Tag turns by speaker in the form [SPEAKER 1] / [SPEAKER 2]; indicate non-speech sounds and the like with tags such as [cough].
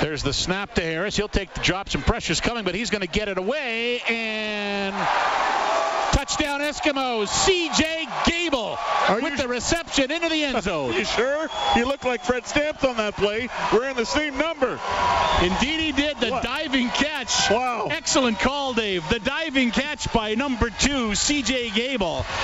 [SPEAKER 1] There's the snap to Harris. He'll take the drop. Some pressure's coming, but he's going to get it away. And touchdown Eskimos. C.J. Gable
[SPEAKER 2] Are
[SPEAKER 1] with
[SPEAKER 2] you-
[SPEAKER 1] the reception into the end zone.
[SPEAKER 2] [laughs] You sure? You look like Fred Stamps on that play. We're in the same number.
[SPEAKER 1] Indeed, he did. The
[SPEAKER 2] What?
[SPEAKER 1] diving catch.
[SPEAKER 2] Wow.
[SPEAKER 1] Excellent call, Dave. The diving catch by number two, C.J. Gable.